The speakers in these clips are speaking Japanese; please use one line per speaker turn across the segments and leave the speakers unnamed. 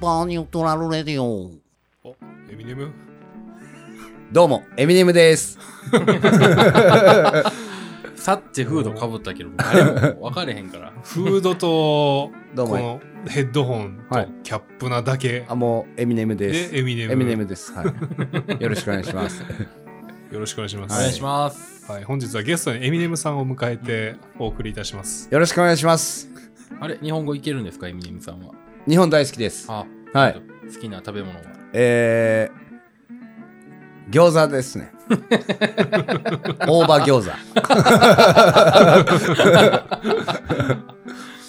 パーニュートラルレディオ。
おエミネム
どうも、エミネムです。
サッチェフードかぶったけど誰も分かれへん からフードと
どうも
このヘッドホンと
はい
キャップなだけ
あ、もう、エミネムです。
でエミネム
エミネムです。はい。よろしくお願いします。
よろしくお願いします
お願いし
ます。
はい、本日はゲストにエミネムさんを迎えてお送りいたします
よろしくお願いします。
あれ、日本語いけるんですか、エミネムさんは。
日本大好きです。
あ、
は
え
い。
っと好きな食べ物は。
えー、餃子です ね。大葉餃子。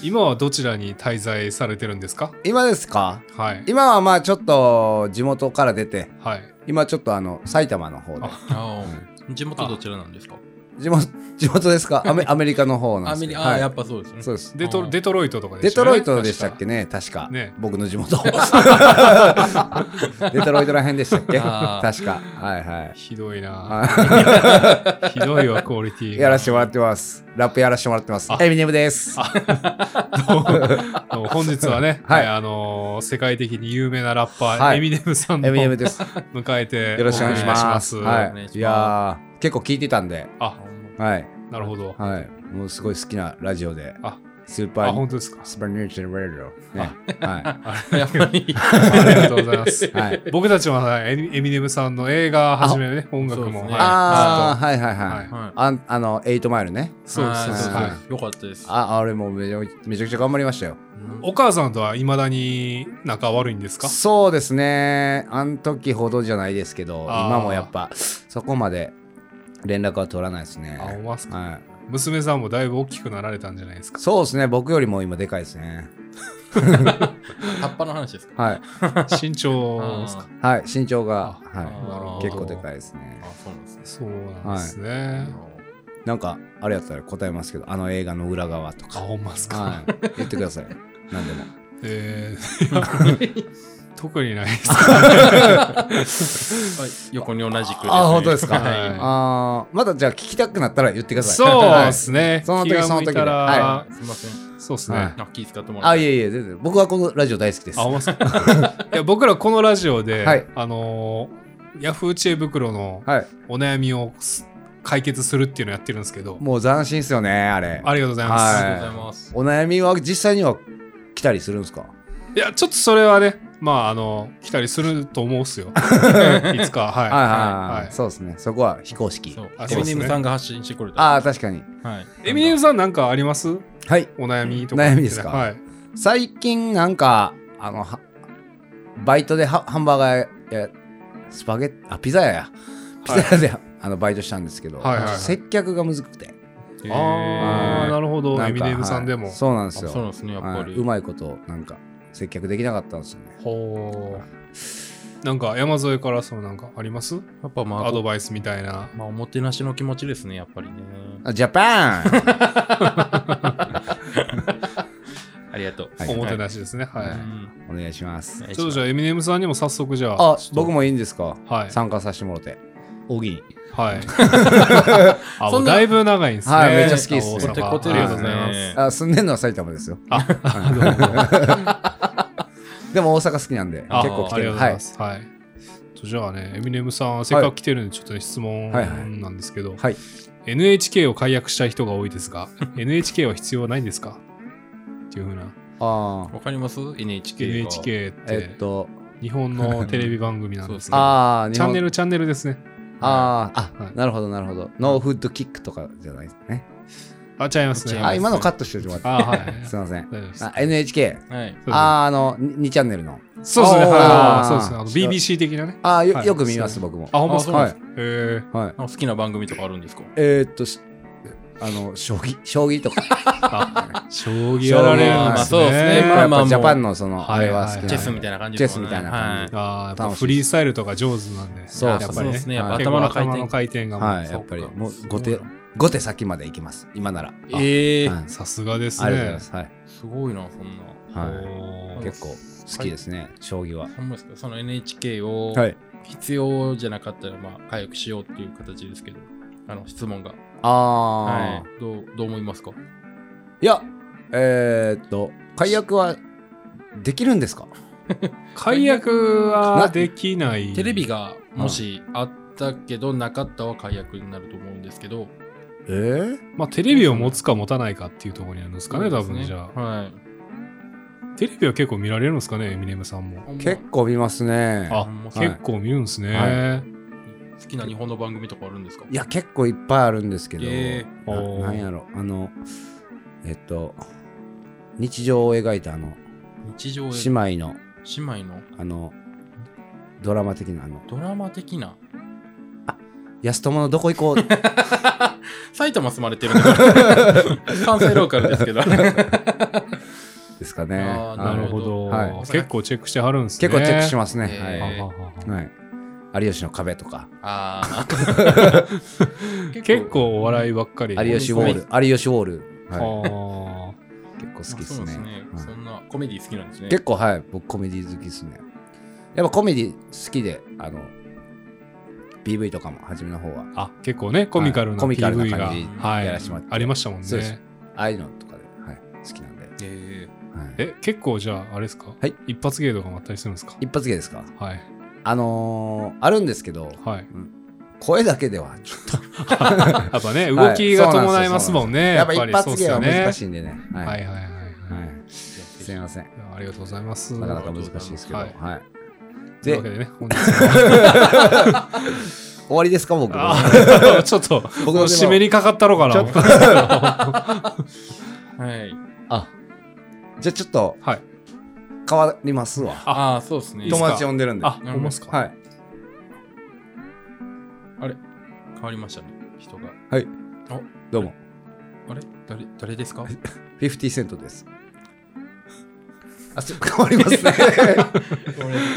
今はどちらに滞在されてるんですか
今ですか
はい
今はまあちょっと地元から出て、
はい
今ちょっとあの、埼玉の方で。
あ
あー地元どちらなんですか
地元、地元ですかアメアメリカの方なん
ア
です
メ
け
リ
ど。
カ、あー
はい
やっぱそうですね。
そうです。
デ
あ
ト
ー
デトロイトとかで
デ
した
ト
よね
ロイトでしたっけね確か。
ね
僕の地 元。デトロイトらへんでしたっけ
あー
確か。はいはい。
ひど いな
あ
ひどいわクオリティが
やらせてもらってます。ラップやらせてもらってます。エミネムです。
あの 本日はね、
はい
えーあのー世界的に有名なラッパー、
はい
エミネムさんを
エミネム
迎
です。よ
えて
ろしくお願いしま
お
す。は
願いし
お願いします
い。いやー、結構聞いてたんで、
あ
はい。
なるほど、
はい。もうすごい好きなラジオで、
あ
スーパ
あ
ー
本、当ですか
スーパーニューチェルラジオ。ね は
やっぱり。
ありがとうございます
い。はい。
僕たちははいエミエミネムさんの映画はじめね音楽
そうで
も、
すね
はい
あー、はいはい
は
はいい。
はい
あんあの、エイトマイルね。
そうです
あー
そうです
は
よかったです。
あ、あれもうめちゃめちゃくちゃ頑張りましたよ。
お母さんとはいまだに仲悪いんですか
そうですねあん時ほどじゃないですけど
あー
今もやっぱそこまで連絡は取らないですね
あ思いますか
はい、
娘さんもだいぶ大きくなられたんじゃない ですか
そうですね僕よりも今でかいですね
葉っぱの話ですか
はい、
身長ですか
はい、身長が、
あ
は
なるほ
い、
ど
結構でかいですね
あー、そうなんですね。
そうなんですね、
なんかあれやったら答えますけどあの映画の裏側と
あ
か、
ほんまですか、
はい、言ってください何 でも
えー特にないです
はい横に同じく。
あ本当ですか、
はい
あーまだじゃあ聞きたくなったら言ってください
そうですね。
その時
気が向いたら
その
すいません。
そうですね。
はい
あ気使ってもら
あ
って
いえいえ全然僕はこのラジオ大好きです
あ、ほんまっすかいや僕らこのラジオで、
はい
あのーヤフー知恵袋の
はい
お悩みをす解決するっていうのやってるんですけど、
もう斬新っすよねあれ
ありがとうございます。
あ
は
りがとうございます。
お悩みは実際には来たりするんですか
い、や、ちょっとそれはね、まあ、あの、来たりすると思う っすよ。いつか、はい。
はいはい
は
はいい。そうですね。そこは非公式
そ。う
あ
エ
そう
ミ
ですね
ネムさんが発信してくれた。
ああ、確かに。
はい。
エミネムさんなんかあります
はい。
お悩みとかって。
悩みですか
はい。
最近なんか、あの、はバイトでハハンバーガーや、スパゲッあ、ピザ屋や。ピザ屋で、あのバイトしたんですけど、
はいはいはい
接客がむずくて。
えー
あ
は
あ、
い
なるほど。
な
エ
ん
ミ
か
ネムさんで
は
も
い。そうなんです
あそうなん
よ。
ですね、やっ
は
ぱ
い
り。
うまいこと、なんか、接客できなかったんですよね。
ほ
うなんか、山添から、そのなんかあります
う。やっぱまあ、
アドバイスみたいな。
まあ、おもてなしの気持ちですね、やっぱりね。
あジャパン
ありがとう。
おもてなしですね。はい。
うん
お願いします。
ちょっとじゃあ、エミネムさんにも早速じゃあ、
あ、僕もいいんですか
はい。
参加させてもらって。大喜利。
はい。 あ、も
そん
う
な
だいぶ長いんですね。
はいめっちゃ好きですね
大阪
コテコテ
あり
で
がとう
す
ご
ね
ざいます。
あ、住んでるのは埼玉ですよ。でも大阪好きなんで、結
あ
構来
あ
て
りが
る。
とうござ
はいい
ま。す。はい。じゃあね、エミネムさん、せっかく来てるんで、ちょっとね質問
はいはい
なんですけど、
はい。
NHK を解約したい人が多いですが、NHK は必要ないんですかっていうふうな。
ああ、
わかります ?NHK が。
NHK って、
えっと、
日 本のテレビ番組なんですけど、
ああ、
チャンネ
ル。
ル、チャンネルですね。
あーあ、
はい
なるほど、なるほど。ノーフッドキックとかじゃないですね。
あ、違います
違い
ね。
ま
あ、
あ
す
今のカットしてもらって。
あ、 はい。
すいません。
大丈夫です
あ NHK。
はい。
ああー、あの、2チャンネルの。
そうですね。はい
あー
そうですね。あの BBC 的なね。
ああ、よ
はい
よく見ます、僕も。
あ、ほんまっすか
あ
は
そ
い。えー
はい。
あ好きな番組とかあるんですか
えーっと、しあの、将棋、将棋 とか。
あ将棋や
や
ら
ら
れ
れ
る
る
ん
ん
で
ですす
ね。
ね
まあま
やっぱ
あもう
ジャパンのその、
はい
あれは好き
は
ないん
はい
で。
チェスみたいな感じですもんね
チェスみたいな感じで。
あーやっぱ
楽しい
フリースタイルとか上手なんで、
そう
や
です
っぱ
そう
り
で
ね
す。ね。やっぱ
はい
結構
頭の回
頭の
転。
回転がもう
はい、やっぱり、もう5手、5手先まで行きます。今なら。
ええ
は。い
さすがですね。
ありがとうございます。はい。
すごいな、そんな。
はい
おー
結構好きですね、将棋は。
ほんまですかその NHK を
はい。
必要じゃなかったら、まあ、解約しようっていう形ですけど、あの、質問が。
ああ
は、い。どう、どう思いますか
い、や、えー、っと、解約はできるんですか
解約
な
はできない。
テレビがもしあったけどなかったは解約になると思うんですけど。
えー、
まあ、テレビを持つか持たないかっていうところになるんですかね、
そ
多
うです
分じゃあ。
はい。
テレビは結構見られるんですかね、エミネムさんも。
ほんま
結構見ますね。
あ、
はい
結構見るんですね。
は
好きな日本の番組とかあるんですか
いや、結構いっぱいあるんですけど、
え
ー
な
おー
なんやろ、あの、えっと、日常を描いたあの、
日常
姉
で
妹の、
姉妹の
あの、ドラマ的な、あの、
ドラマ的な。
安友のどこ行こう
埼玉住まれてるんだから。 関西ローカルで すけど。
ですかね。
あー
な
は
る
い
ほど、
はい
結構チェックしてはるんですね。
結構チェックしますね。
えー
はい
す
ははは
はい。有吉の壁とか、
ああ。
結構お笑いばっかり。
有吉ウォール、有吉ウォール、は
あ
い、結構好き
あ
で
そ
す
うなん
ね
ですね。
はい
そんなコメディ好きなんですね。
結構はい、僕コメディ好きですね。やっぱコメディ好きで、あの、PV とかも初めの方は、
ーあ結構ねコミカルな
コミカル
PV
な
が
感じ
はい
やらせてもらって
ありましたもん
そうです
ね。
ああいうのとかで、はい、好きなんで。
え
はい、
え結構じゃああれですか、
はい
一発芸とかもあったりするんですか
一発芸ですか
はい
あのーあるんですけど、
はい
声だけでは、ちょ
やっぱね
っとは
動きが伴いますもんね、
そうなんですよ やっぱ一発芸は難
い、
しいんでね。
ね、
は
はい
い。
はいはいはい、
はい。
え
すいません。
ありがとうございます
なかなか難しいですけど、
は
はいい。
とい
で
うわけ、でね本日は
終わりですか、僕。
あーちょ っと
僕
もう
の
締めにかかったのかな
ちょっ と
はい。
あじゃあちょっと
はい
変わりますわ。
ああ、そうですね。
いいっす
友
か
達呼んでるんで。
あほんまっすか、
はい。
変わりましたね。人が。
どうも。
あれ誰誰ですか
50セントです。あ、ちょっと変わります ね。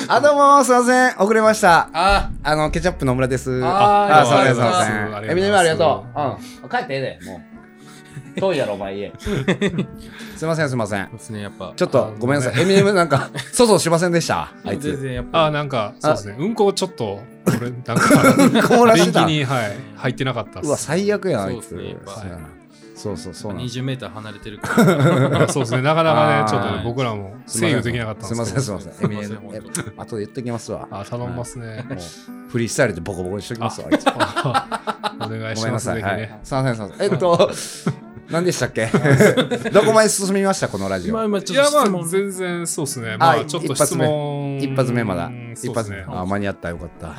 あ、どうも、すいません。遅れました。
あ
あの、ケチャップの村です。
あー
あ、そうです、
どうも
そう
あ
で
りがとうございます
す。エビネムありがとう。うん。帰ってええで、もう。遠いやろ、お前家。 すいません、すいません
そう。ですね、やっぱ。
ちょっと、ごめんなさい。エミネムなんか、粗相しませんでした。あいつ。
全然やっ
あー
ぱ。
なんかそうですねうんこをちょっとこれなん か
こら
便
して
器
た。
に、はい、入ってなかったっす
うわ、最悪やん、あいつ。
そうっすねやっぱ
そうやなそうそう、そうなんです。
20メーター離れてるから。
あそうですね、なかなか
あ
ね、
ー
ちょっとね僕らも制御できなかったんです
いませんすいませんすいません
すいません
エミ
本
ネムあとで言っときますわ
せあ、頼みますね。
もうフリースタイルでボコボコにしとき ますわあいつご
お願いし
めん
ま
な
す、
さ
ぜ
い
ひ
はい
ね。
すいませんすいま せんえっと何でしたっけ どこまで進みましたこのラジ
今、
オ
今、
い
ちょ
や、
っと質
まあ、
問。
全然そうですね。まあ、
あ
ちょっと質問。
一発目まだ
そ
一
うです
発
ね
目。あ間に合ったよかった
はい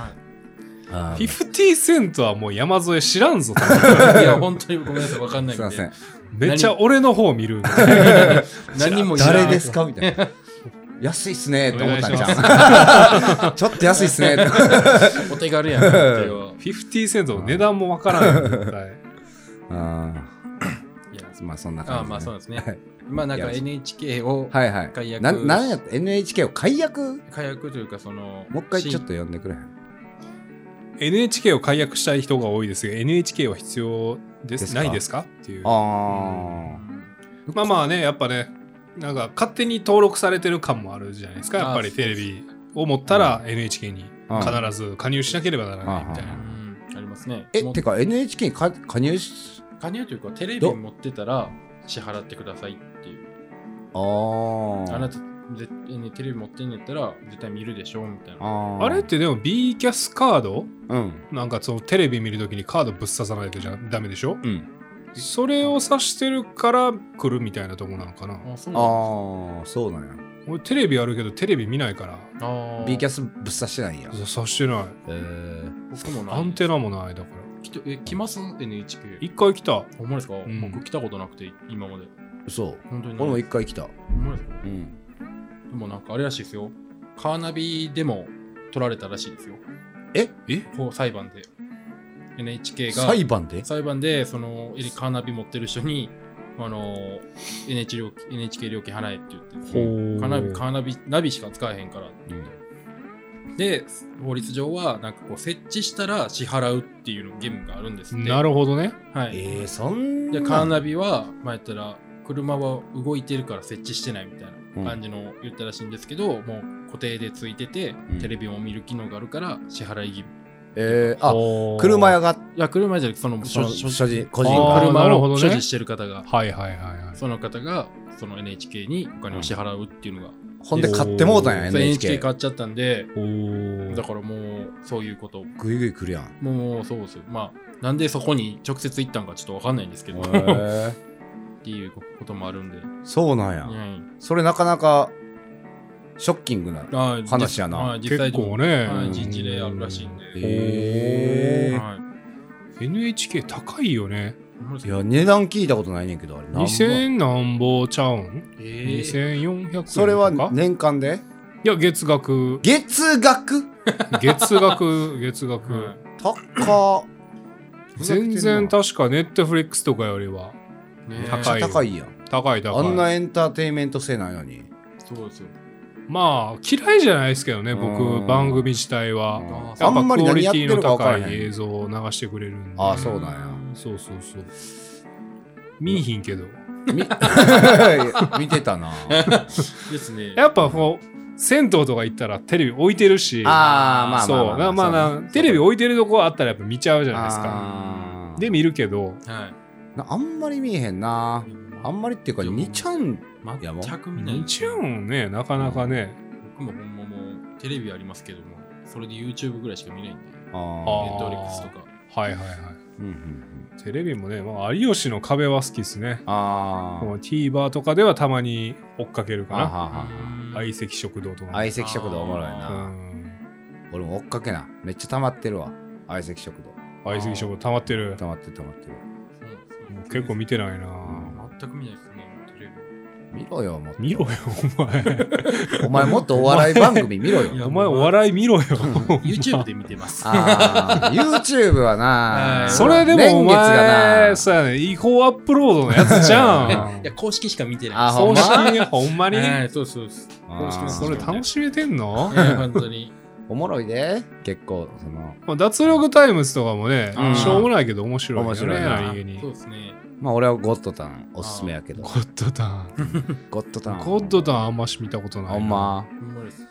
あー
50セントはもう山添知らんぞ。多分
いや、本当にごめんなさい、わかんな
す
いん
い
で。
ません
めっちゃ俺の方見るんで。
何も言わない
誰ですかみた いな安いっすねって思ったんじ
お願いし
ゃん ちょっと安いっすねって
お手軽やな、っていう。
50セントの値段もわからんよ絶対
あ
いや
ーまあそんな
ああ、
感じ
まあそ
ね
うなんですね。今、なんか NHK を
はいはい
解約
なんなんやった NHK を解約
火薬というか、その、
もう一回ちょっ
新
と呼んでくれへん
NHK を解約したい人が多いですが、NHK は必要
で
で
すすか
ないですかっていう。
あ
まあまあね、やっぱね、なんか勝手に登録されてる感もあるじゃないですか、やっぱりテレビを持ったら NHK に必ず加入しなければならないみたいうな。
んありますね。
ー
も
え
う
てか NHK にか加入し
加入というか、テレビ
ど
持ってたら支払ってくださいっていう。
あ
あ
ー
なた、絶対にテレビ持ってんやったら、絶対見るでしょ、みたいな。
あー
あれってでも B キャスカード
うん
なんかそのテレビ見るときにカードぶっ刺さないとじゃダメでしょ
うん
それを刺してるから来るみたいなとこなのかな
あ、そ
あ
うなん
ーそうなんや
俺テレビあるけどテレビ見ないから
だあ
B キャ
ス
スぶっ刺してないんや
刺してない
えー
僕もな
ア
い
ンテナもないだから
きっとえ、来ます ?NHK。
一回来た
ほんまですか、
ん
僕来たことなくて、今まで。
そう
本当にない
俺も一回来た
ほんまですか
うん
でもなんかあれらしいですよ。カーナビでも取られたらしいですよ。
え
え
こう裁判で。NHK が
裁判で
裁判でそのえカーナビ持ってる人にあの NH 料金 NHK 料金払えって言って
ほー
カーナビカーナビナビしか使えへんからって言って。で法律上はなんかこう設置したら支払うっていうの義務があるんですって。
なるほどね
はい、
えーそん
でカー
な
ナビは、まあ、やったら車は動いてるから設置してないみたいな感じの言ったらしいんですけど、もう固定でついてて、
うん
テレビも見る機能があるから支払い義務
えーあ
おー
車屋が
いや車じゃなくてその
その
所
所持個
個
人
あー
が
車
なるほ
を
どね
所持してる方が
はいはいはいはい
その方がその NHK にお金を支払うっていうのが
ほんで買ってもうたんや
おー
NHK
NHK 買っちゃったんで
おー
だからもうそういうこと
ぐいぐい来るやん
もうそうですよまあなんでそこに直接行ったんかちょっとわかんないんですけどっ
へえ
ていうこともあるんで、
そうなんや、
はい
それなかなかショッキングな
あー
話やな
はい実際
結
で
構
も
ね、
は
う
い、
ん
実地であるらしいんで、
へえ
はい
NHK 高いよね
いや値段聞いたことないねんけどあれなんぼ
2000何ぼちゃうん、
えー、
2400円とか
それは年間で
いや月額
月額
月額月額、
はい
高っ
全然
高
確かネットフリックスとかよりは
ね
高いよ
高いやん
高い高
あ
い
んなエンターテインメント性ないのに
そうですよ
まあ嫌いじゃないですけどね
う
僕
ん
番組自体
あ
は
あ
やっ
ん
ぱ
まり
クオ
何
リ
や
テ
って
ィの
るか分か
高
らへ
い映
ん
像を流してくれるんで
あそうなん
そうそうそう見いひんけど
や 見てた な
ですね
やっぱこう銭湯とか行ったらテレビ置いてるし
あーまあ
そう
まあまあ
なまあ
そう
な
ね
テレビ置いてるとこあったらやっぱ見ちゃうじゃないですか
あー
で見るけど
はい
なあんまり見えへんなあんまりっていうか
でも
2ちゃんやば
全く見ない
見ちゃうんねなかなかね
僕もほんまもうテレビありますけどもそれで YouTube ぐらいしか見ないんで
あー
あー
Netflix とか
はいはいはい
うんうんうん
テレビもね、まあ、有吉の壁は好きですね
あー
この TVer とかではたまに追っかけるか
あは
な
は
相席食堂とかね
相席食堂おもろいな
うん
俺も追っかけなめっちゃ溜まってるわ相席食堂
相席食堂溜まってる
溜まってる溜まってる
もう結構見てないな
な全く見ないですねテレ
見ろよもっと
見ろよお前
お前もっとお笑い番組見ろ
い
よ
や
お前お笑い見ろよ
ビ YouTube で見てます
あー YouTube は
は
ない
それでもお
年月が
前
な
そうやね違法アップロードのやつじゃん
いや公式しか見てない
あ
です
ほ
公
んま
式ほんまに
はいそうそうです
あー
それ楽しめてんの
いや本当に
おもろいで結構その
まあ脱力タイムズとかもね
うん
しょうもないけど面白いよ
面白
ね
いな
何気に
そうですね
まあ俺はゴッドタンおすすめやけど
ゴッドタン
ゴッドタン
ゴッドタンあんまし見たことない
ほ
な
んま
ほんまです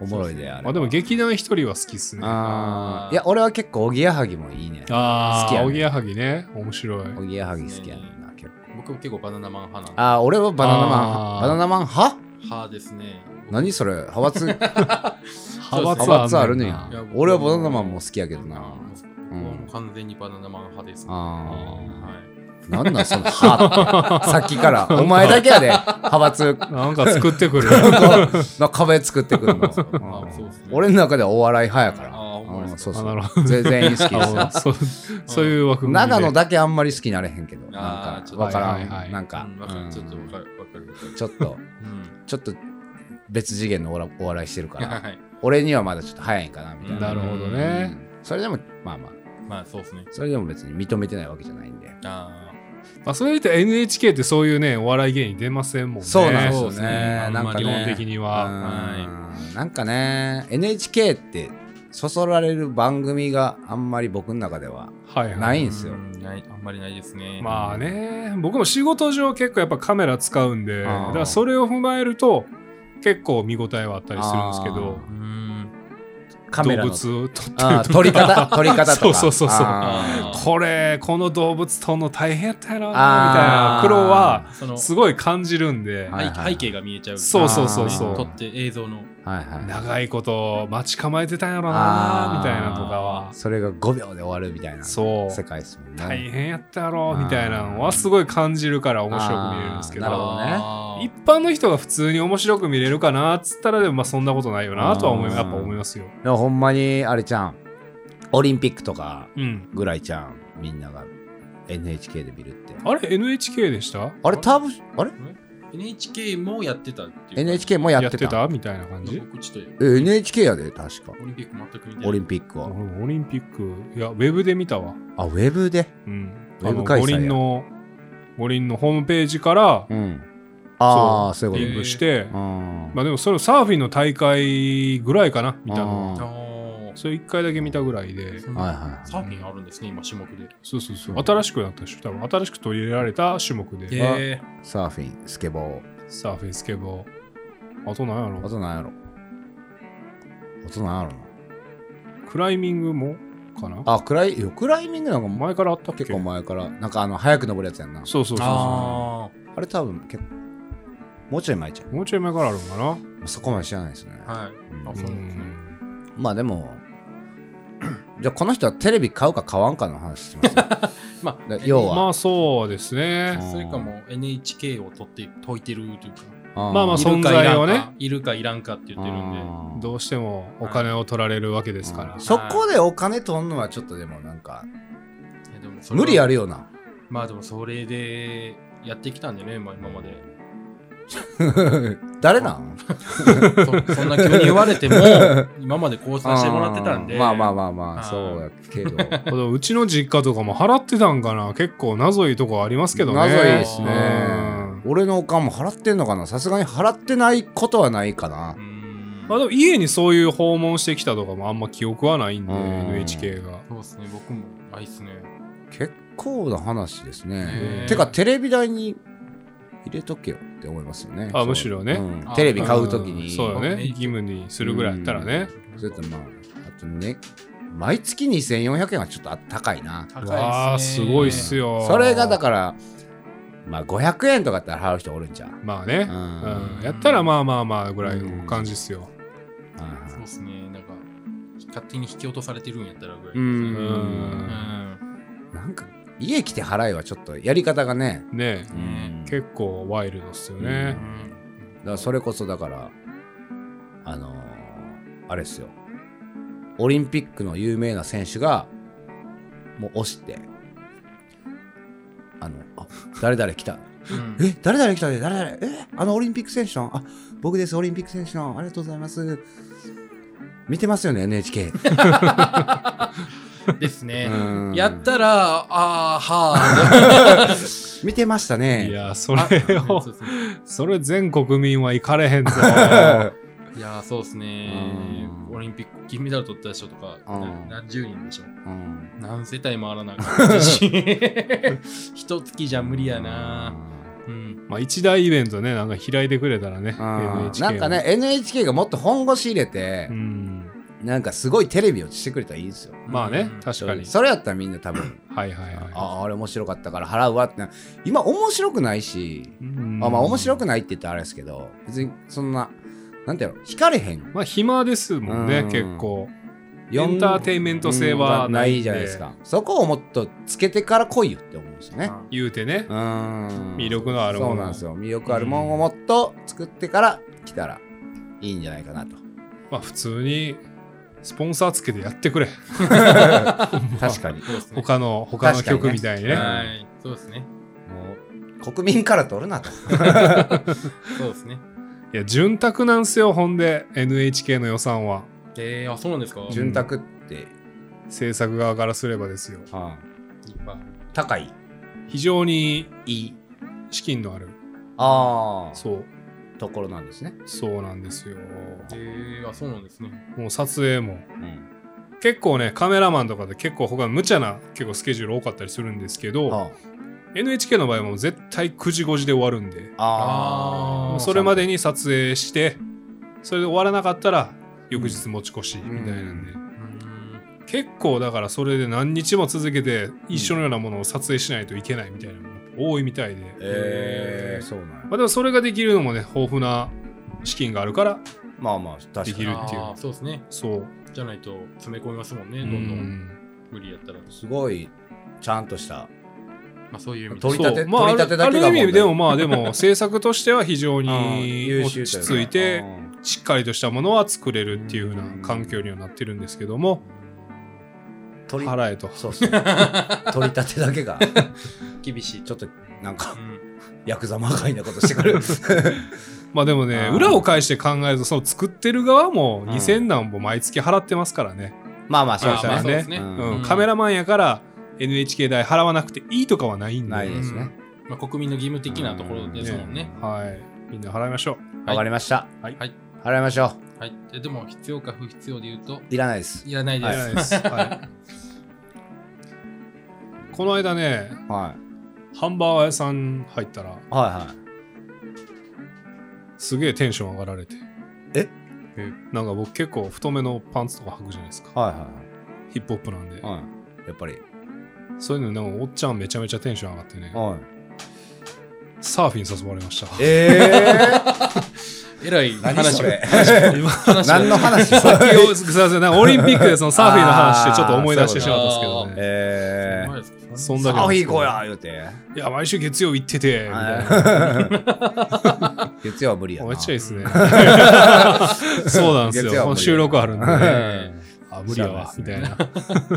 おもろいであれ
あでも劇団一人は好きっすねあ
あーいや俺は結構おぎやはぎもいいね
あ
好きや
ー
ね
おぎやはぎね面白い
おぎやはぎ好きやねんな結構
僕結構バナナマン派なん
あー俺はバナナマ
あ
ン
ー
バナナマン派
で派ですね
何それ派閥派
派閥
派
閥あるね
ん
や
な
いや僕
俺はバナナマンも好きやけどな
僕はもう完全にバナナマン派ですね
あー
はい
なんなんその歯 ってさっきからお前だけやで派閥
なんか作ってくる
の壁作ってくるの
あそうっすね
俺の中ではお笑い派やから
あほんまです
う
か
んそうそ
あなる
う全全員好きですよ
あそうそういう枠組みで
長野だけあんまり好きになれへんけどなん
あー
か
ちょっと
わから
はいはいは
ん
い
なんか
うんわか
う
る
ん
ちょっとわかるわかるわかる
ちょっと
うん
ちょっと別次元のおらお笑いしてるから
はい
俺にはまだちょっと早いんかなみ たいな
なるほど
う
ね
んそれでもまあまあ
まあそうですね
それでも別に認めてないわけじゃないんで
あ
まあそれで言って NHK ってそういうねお笑い芸人出ませんもんね
そうなんです
そ
よ
うです
ね
ね
なんかね
基本的には
はなんかね NHK ってそそられる番組があんまり僕の中では
はいは
ないい
あ
んですよ、
ないあんまりないですね
まあね僕も仕事上結構やっぱカメラ使うんで
あー
だからそれを踏まえると結構見応えはあったりするんですけど
うん
カメ
動
ラの
物を撮ってる
あー撮り 方撮り方とか
そうそうそうそう
あ
これこの動物撮るの大変やったやろ
あ
な
ー
みたいな苦労は
その
す
背
ごい感じるんで
はいはい
背景が見えちゃう
そう
そうそう
そう
撮って映像の
ーはいはい
長いこと待ち構えてたんやろな
あー
みたいなとかは
それが5秒で終わるみたいな世
そう
界ですもんね
大変やったやろみたいなのはすごい感じるから面白く見れるんですけ
なるほ
ど
どね
一般の人が普通に面白く見れるかなっつったらでもまあそんなことないよなとは思い
あー
やっぱ思いますよ。
でもほんまにあれちゃんオリンピックとか
うん、
ぐらいちゃんみんなが NHK で見るって
あれ NHK でした
あれ多分あれ
NHK もやってたっていう
NHK もや
や
っ
ってて
た
たみたいな感じ
僕ちょっ
え NHK やで確か
とオリンピック全く見てない
オリンピック
俺
は
もオリンピックいやウェブで見たわ。
あウェブで
うん、
ウェブ
あの
開催
五
や
輪の五輪のホームページから
うんああそういう
リ
こ
ンクして、
とうん
まあでもそれサーフィンの大会ぐらいかな見たのは
あー
あ
それ1回だけ見たぐらいで
ー
はいはい
サーフィンあるんですね今種目で
そうそうそう新しくなったでしょ多分新しく取り入れられた種目で、
え
サーフィンスケボー
サーフィンスケボーあとなんや
あ
ろ
となんやろあとなんやろな
クライミングもかな
あクライいやクライミングなんか前
前からあったっけ
結構前からなんかあの早く登るやつやんな
そうそうそうそう
あ
あれ多分結構もうちょい前ちゃう
もうちょい前からあるんかな
そこまで知らないですね、
はい。あ、そう
う
ですね。
ん
まあでもじゃあこの人はテレビ買うか買わんかの話してますよ
まあ、
だ要は、
まあそうですね
それかもう NHK を取って解いてるというか、
あ
まあまあ
う
そ存在をね
いるかいらんかいるかいらんかって言ってるんで、
どうしてもお金を取られるわけですから
そこでお金取んのはちょっとでもなんか
いやでもそれは
無理あるよな
まあでもそれでやってきたんでね、まあ、今まで。
誰なん
そそんな急に言われても、今までこうさせてもらってたんで、
あーまあまあまあまあ
はい
そうやけ ど
あのうちの実家とかも払ってたんかな結構謎いとこありますけどね
謎いですね
うん
俺のおかんも払ってんのかなさすがに払ってないことはないかな
うーん
まあでも家にそういう訪問してきたとかもあんま記憶はないんで
うん
NHK が
そうですね、僕もないですね。
結構な話ですね
ね
てかテレビ台に入れとけよって思いますよね
あ
そう
むしろね
うん
あ
テレビ買うときに
んそうよね
ね
義務にするぐらいやったらね
それとまああとね毎月2400円はちょっとあったかいな
高いですね。
わあすごいっすよ
それがだ
か
からまあ500円とかだったら払う人おるんじゃん
まあね
う
うんんやったらまあまあまあぐらいの感じっすよ
はい
そ
は
う
い
ですね、なんか、勝手に引き落とされてるんやったらぐらいです
う
ね。
うんん
ん
なんか家来て払いはちょっとやり方がね
ね
うん
結構ワイルドっすよね
だからそれこそだからあのーあれですよオリンピックの有名な選手がもう押してあのあ誰々来た
うん
え誰々来たで誰々えあのオリンピック選手のあ僕ですオリンピック選手のありがとうございます見てますよね NHK
ですね
うん。
やったら、あーは
見てました
い
ね
やそ
ーあ
れを
そうですね
それ全国民は行かれへ んぞ
いやーそうですね
う。ん
オリンピック金メダル取った人とか、
うん
な何十人でしょ。
うん
何世帯回らなかったし、一月じゃ無理やな。うん。
まあ一大イベントねなんか開いてくれたらね
うん
NHK
なんかね NHK がもっと本腰入れて
う、ん
なんかすごいテレビをしてくれたらいいですよ
まあね確かに
それやったらみんな多分
はいはいはい
あああれ面白かったから払うわってな今面白くないし、
うん
あまあ面白くないって言ったらあれですけど別にそんななんていうの惹かれへん
まあ暇ですもんね
うん
結構
よん
エンターテインメント性は
うん
ないんで
じゃないですかそこをもっとつけてから来いよって思うんですよね
言うてね
うーん
魅力のあるもの
そうなんですよ魅力あるものをもっと作ってから来たらいいんじゃないか なと
まあ普通にスポンサーつけてやってくれ
確 かに
そうですね。
他の他の
確かにね
曲みたいにね
はい。そうですね。
もう国民から取るなと
そうですね。
いや潤沢なんすよほんで NHK の予算は
えー、あ、そうなんですかいっ
潤沢って、
制作側からすればですよ
ぱいある。
高い
非常に
いい
資金のある
ああ
そう
ところなんですね、
そうなんですよ
えー、あ、そうなんですね。
もう撮影も
うん
結構ねカメラマンとかで結構他無茶な結構スケジュール多かったりするんですけど、
は
NHK の場合はもう絶対9時5時で終わるんで
あ
あー
それまでに撮影してそれで終わらなかったら翌日持ち越し
ん
みたいなんで、
うーん。
結構だからそれで何日も続けて一緒のようなものを撮影しないといけないみたいなのも多いみたいで、
ええー、そうなんや
まあ、でもそれができるのもね豊富な資金があるから
まあまあ確かに
できるっていう
あーそうですね。
そう
じゃないと詰め込みますもんね、
う
どんどん。
ん
無理やったら。ます
ごいちゃんとした
あ、そういう意味
取り立て
そうまあ
取り立てだけが
あるある意
問題
味でもまあでも制作としては非 常
うん
に
優
落
秀
ち
と
着
う
い
か
て
うん
しっかりとしたものは作れるっていうような環境にはなってるんですけども
取り
払えと
そうそう 取り立てだけが
厳しい。
ちょっとなんか
うん
ヤクザまがいなことしてく る
まあでもね
あー
裏を返して考えるとその作ってる側も
ん
2000何本毎月払ってますからね、
まあまあそう
あ
です
ー
よね
まあそうです
う
ね。
ん
うん
うん
カメラマンやから NHK 代払わなくていいとかはないんで
ないですね
まあ、国民の義務的なところですもんね。
はいみんな払いましょう
わかりました
はい
はい
払いましょ
はい。ででも、必要か不必要で言うと、
ういらないです
いらない
はい
です。
はいこの間ね
は
ハンバーガー屋さん入ったら
いはいはい
すげえテンション上がられて
え
なんか僕結構太めのパンツとか履くじゃないですか
はいは
ヒップホップなんで
いはいはいやっぱり
そういうのでもおっちゃんめちゃめちゃテンション上がってね
はい
サーフィン誘われました。
ええ
えらい
何
話
そ
が
れ
話が
何の話
さ っきお、 すいません、なんかオリンピックでそのサーフィンの話でちょっと思い出してしまったんですけどね。
え
前
ー
ですか
そんだ
サ
け
ー
なん
フ
で
ィン行
すけど
こうや言うて
いや、毎週月曜行ってて、みたいな。
はい 月曜は無理やな
めっちゃいいで すね。そうなんです
月曜は無理
よ。もう収録あるんでね。あ、無理や
しゃあないっ
わ、
す
み
ね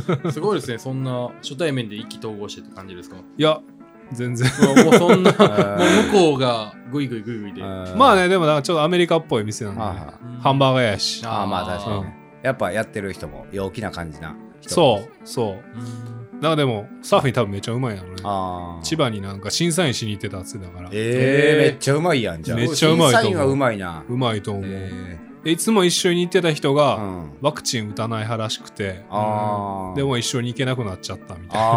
たいな。
すごいですね、そんな初対面で意気投合してって感 じですか。
いや、全然。
うわもうそんな、も
ー
う向こうがぐいぐいぐいぐいで。
まあ
ね
ね、でもなんかちょっとアメリカっぽい店なんで
はい
ね。
はい
うん
ハンバーガーやし。
ああまあ確かにねやっぱやってる人も陽気な感じな人
そう、そう。
うん
なんかでも、サーフィン多分めっちゃうまいなのね。
ああ
千葉になんか審査員しに行ってたっつってたから。
ええ
えー
めっちゃうまいやんじゃあ
めっちゃうまいと思う
審査員はうまいな
うまいと思う。
え
でいつも一緒に行ってた人
ーう
が、
ん
ワクチン打たない派らしくて、
ああ
でも一緒に行けなくなっちゃったみたいな。
あ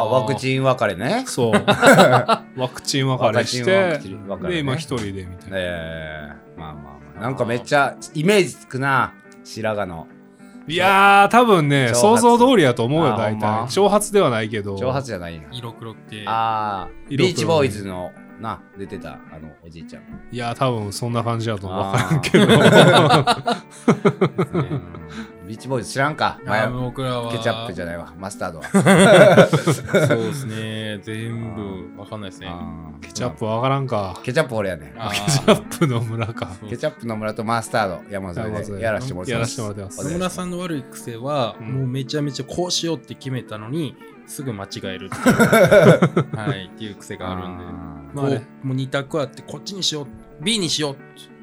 あワクチン別れね
そう。 ワクチン別れし
ワ
て
クチン別れ、ね
で、今一人でみたいな。
ええまあまあまあなんかめっちゃイメージつくな白髪の
いやー、多分ね、
挑発
想像通りやと思うよ、
あ
大
ほん
体
ま。
挑発ではないけど。
長髪じゃないな
色黒くて。
ああビ
色黒い
ーチボーイズのな出てたあのおじいちゃん
いやー、多分そんな感じだと
あ
分
ー
からんけど。
うんビーチボーイズ知らんか
あ
マ
ー
ヨ
僕らは
ケチャップじゃないわマスタードは
そうですね。 全部わかんないですね。
あー
ケチャップ分からんか。ケ
ケチャップ俺やね
あー
チャップの村か。
そう
ケチャップの村とマスタード山
山
添
添
でやらせてもらって
や
ま
らせ
す
てもらってます
お願いし
野村さんの悪い癖は、
うん
もうめちゃめちゃこうしようって決めたのに、すぐ間違えるっていう はい、っていう癖があるんで。
あ
まあね
こうもう2択あって、こっちにしよう、B にしよう、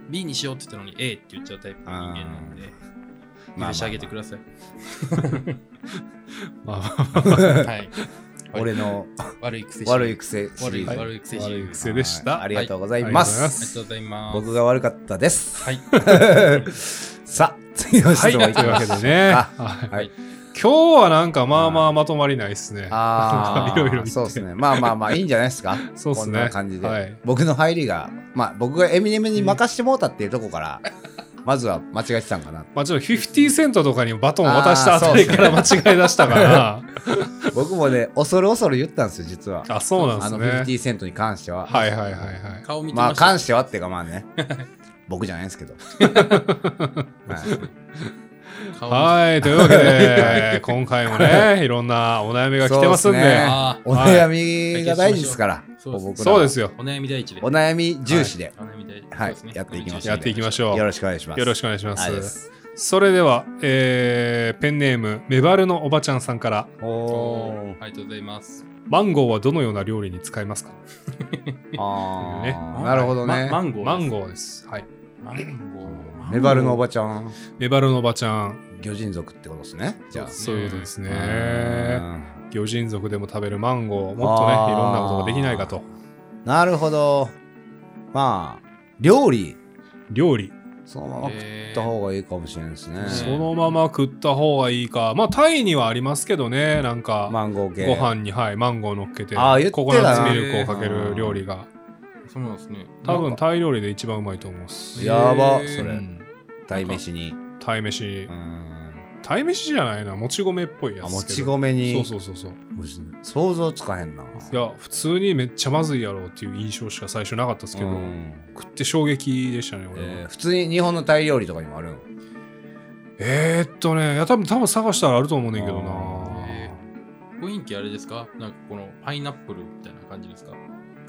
B にしようって言ったのに A って言っちゃうタイプの人間なんで、
ー
許してあげてください。
まあまあ
はい。
ー俺の
悪い癖
悪い
癖。
癖シリーズ
悪い
はい
悪い癖シリーズ。
悪い癖でした
はいありがとうござい
は
ま
いありがとうございます
ありがと
す
うございます。
僕が悪かったです
はい。
さあ次の質問
はい、
い
と
き
いう
ま
わ け
しょう
でね。
か
はい
はい。
今日はなんかまあまあまとまりないですね。
あ
なんかいろいろ言っ
あ
て
そうですねまあまあまあいいんじゃないですか
そうっすね
こんな感じで、
はい
僕の入りがまあ僕がエミネムに任してもうたっていうとこから、まずは間違えてたんかな
まあちょっと50セントとかにバトン渡したあたりから間
あー
違い出し たから。
僕もね恐る恐る言ったんですよ実は
あ、そうなん
あの
ですね。
50セントに関しては、
はいはいはいはい。
顔見て
ま
ま
あ
した。
関してはっていうかまあ ね僕じゃないんですけど、はい
顔見て
はい、というわけで、今回もね、いろんなお悩みが来てます
そ
ん
うっす
で
ね、
あ
お悩みが大事ですから、
そうですね
僕らは
そうですよ
ー。お悩み第一で。
お悩み重視で、
お悩み第一
はい
そうですね
やっていきましょう
やっていきましょう。
よ
よ
ろしくお願いします
ろし
く
くお願いしま。
お願いしますす
それでは、えーペンネーム、メバルのおばちゃんさんから、
おー
ありがとうございます。
マンゴーはどのような料理に使いますか
あ
ね
ー なるほどね、
まマンゴー。
マンゴーです。はい。
ー。マンゴー。
メバルのおばちゃん
メバルのおばちゃん、
魚人族ってことですね。じゃあ。
そういうことですね。
うん
魚人族でも食べるマンゴー、もっとね、い
あー
ろんなことができないかと。
なるほど。まあ、料理、
料理、
そのまま食った方がいいかもしれないですね。
ん
そのまま食った方がいいか。まあ、タイにはありますけどね、なんか、
マンゴー系。
ご飯に、はい、マンゴー乗っけて、
あー言ってた
ココナッツミルクをかける料理が、
そうなんですね。
多分タイ料理で一番うまいと思うっす。
やば、
えー
それ。
うん
鯛めしに。
タイ飯
う、ん。
タイ飯じゃないな、もち米っぽいや
あ、
つ。
もち米に。
そうそうそうそう。
想像つかへんな。
いや、普通にめっちゃまずいやろうっていう印象しか最初なかったですけど、
うん
食って衝撃でしたね、俺は。
えー普通に日本のタイ料理とかにもあるの
えー、っとね、いや、多分多分探したらあると思うねんけど
あ
な。
えー雰囲気あれですかなんかこのパイナップルみたいな感じですか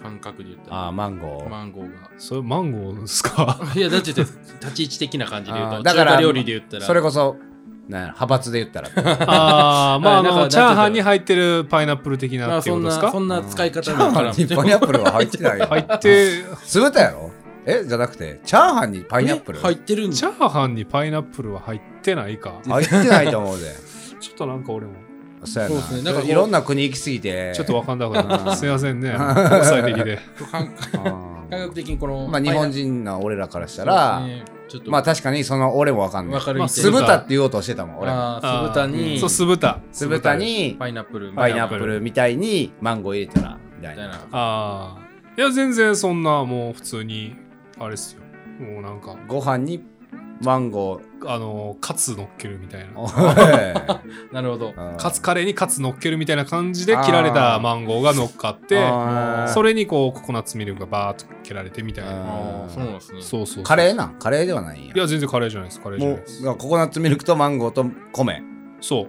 感覚で言ったら。
あーマンゴー。
マンゴーが。
それマンゴーですか
いや、だって立ち位置的な感じで言う
あー
と、
だから
中華料理で言ったら。
それこそ、なんや派閥で言ったら。
ああ、まあ、あ
はいなんか
の、チャーハンに入ってるパイナップル的な
あ
ってい
そ
うんこと
な
ですか
そんな使い
チ
方
ャー
わか
ハ
ら
ン
ん
にパイナップルは入ってないよ。
入って、
酢豚やろえじゃなくて、チャーハンにパイナップル
え入ってるん
チ
じゃ
ャーハンにパイナップルは入ってないか。
入ってないと思うで。
ちょっとなんか俺も、
そうやな。
そうですねなんかこう
いろんな国行きすぎて。
ちょっとわかんなくなっ
あー
た。すいませ んね、国際的で。
感 覚
あ
感
ー
覚的にこの。
まあ日本
人
人の俺らからしたら、
ちょっと、
まあ確かにその俺もわかんな
わ
い。
かる
まあ
みたい
酢
な。
豚って言おうとしてたもん、俺も。
あー酢豚
あー
に、
そう、酢豚。
酢豚。に
パイナップルみた
パ
い
イ
な。
ナップルみたいにマンゴー入れたら、みたい
みたい
な。
な。
ああ。いや、全然そんな、もう普通に、あれっすよ。もうなんか、
ご飯にマンゴ
あのカツ乗っけるみた いな
ー。
なるほど。
カツカレーにカツ乗っけるみたいな感じで切られたマンゴーが乗っかってそ
れ
れにこうココナッツミルクがバーッと切られてみたいな
ああ、そうなんですね。
そうそうそう
カレーなんカレーではないんや
いや全然カレーじゃないですカレーじゃ
も
ないうです
だからココナッツミルクとマンゴーと米
そう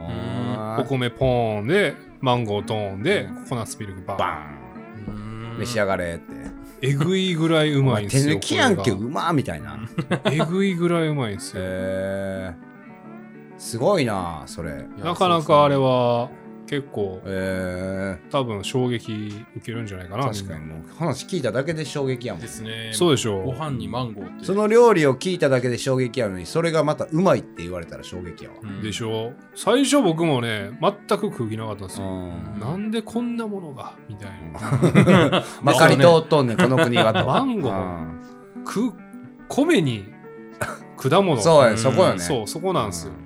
あー
お米ポーンでマンゴードーンでココナッツミルクバーン
バー
うーん
ン召し上がれって、
えぐいぐらいう
お
ま
前
いんで
手
すよ
抜きやんけう
これ
まーみたいな
がえぐいぐらいうまいんですよ
へーすごいなそれ
いや
なかなかあれは結構
え
多分衝撃受けるんじゃないかな
確かにもう話聞いただけで衝撃やもん
ですね。
そう
で
でしょ
ご
う
飯にマンゴーって。
その料理を聞いただけで衝撃やのにそれがまたうまいって言われたら衝撃やわ
うん
でしょう最初僕もね全く食う気なかったんですよ
うん
なんでこんなものがみたいな
まかり通っとんねんこの国はと
マンゴー
ー
食う米に果物
そうや
うん
そこよね
そうそこなんですよ
う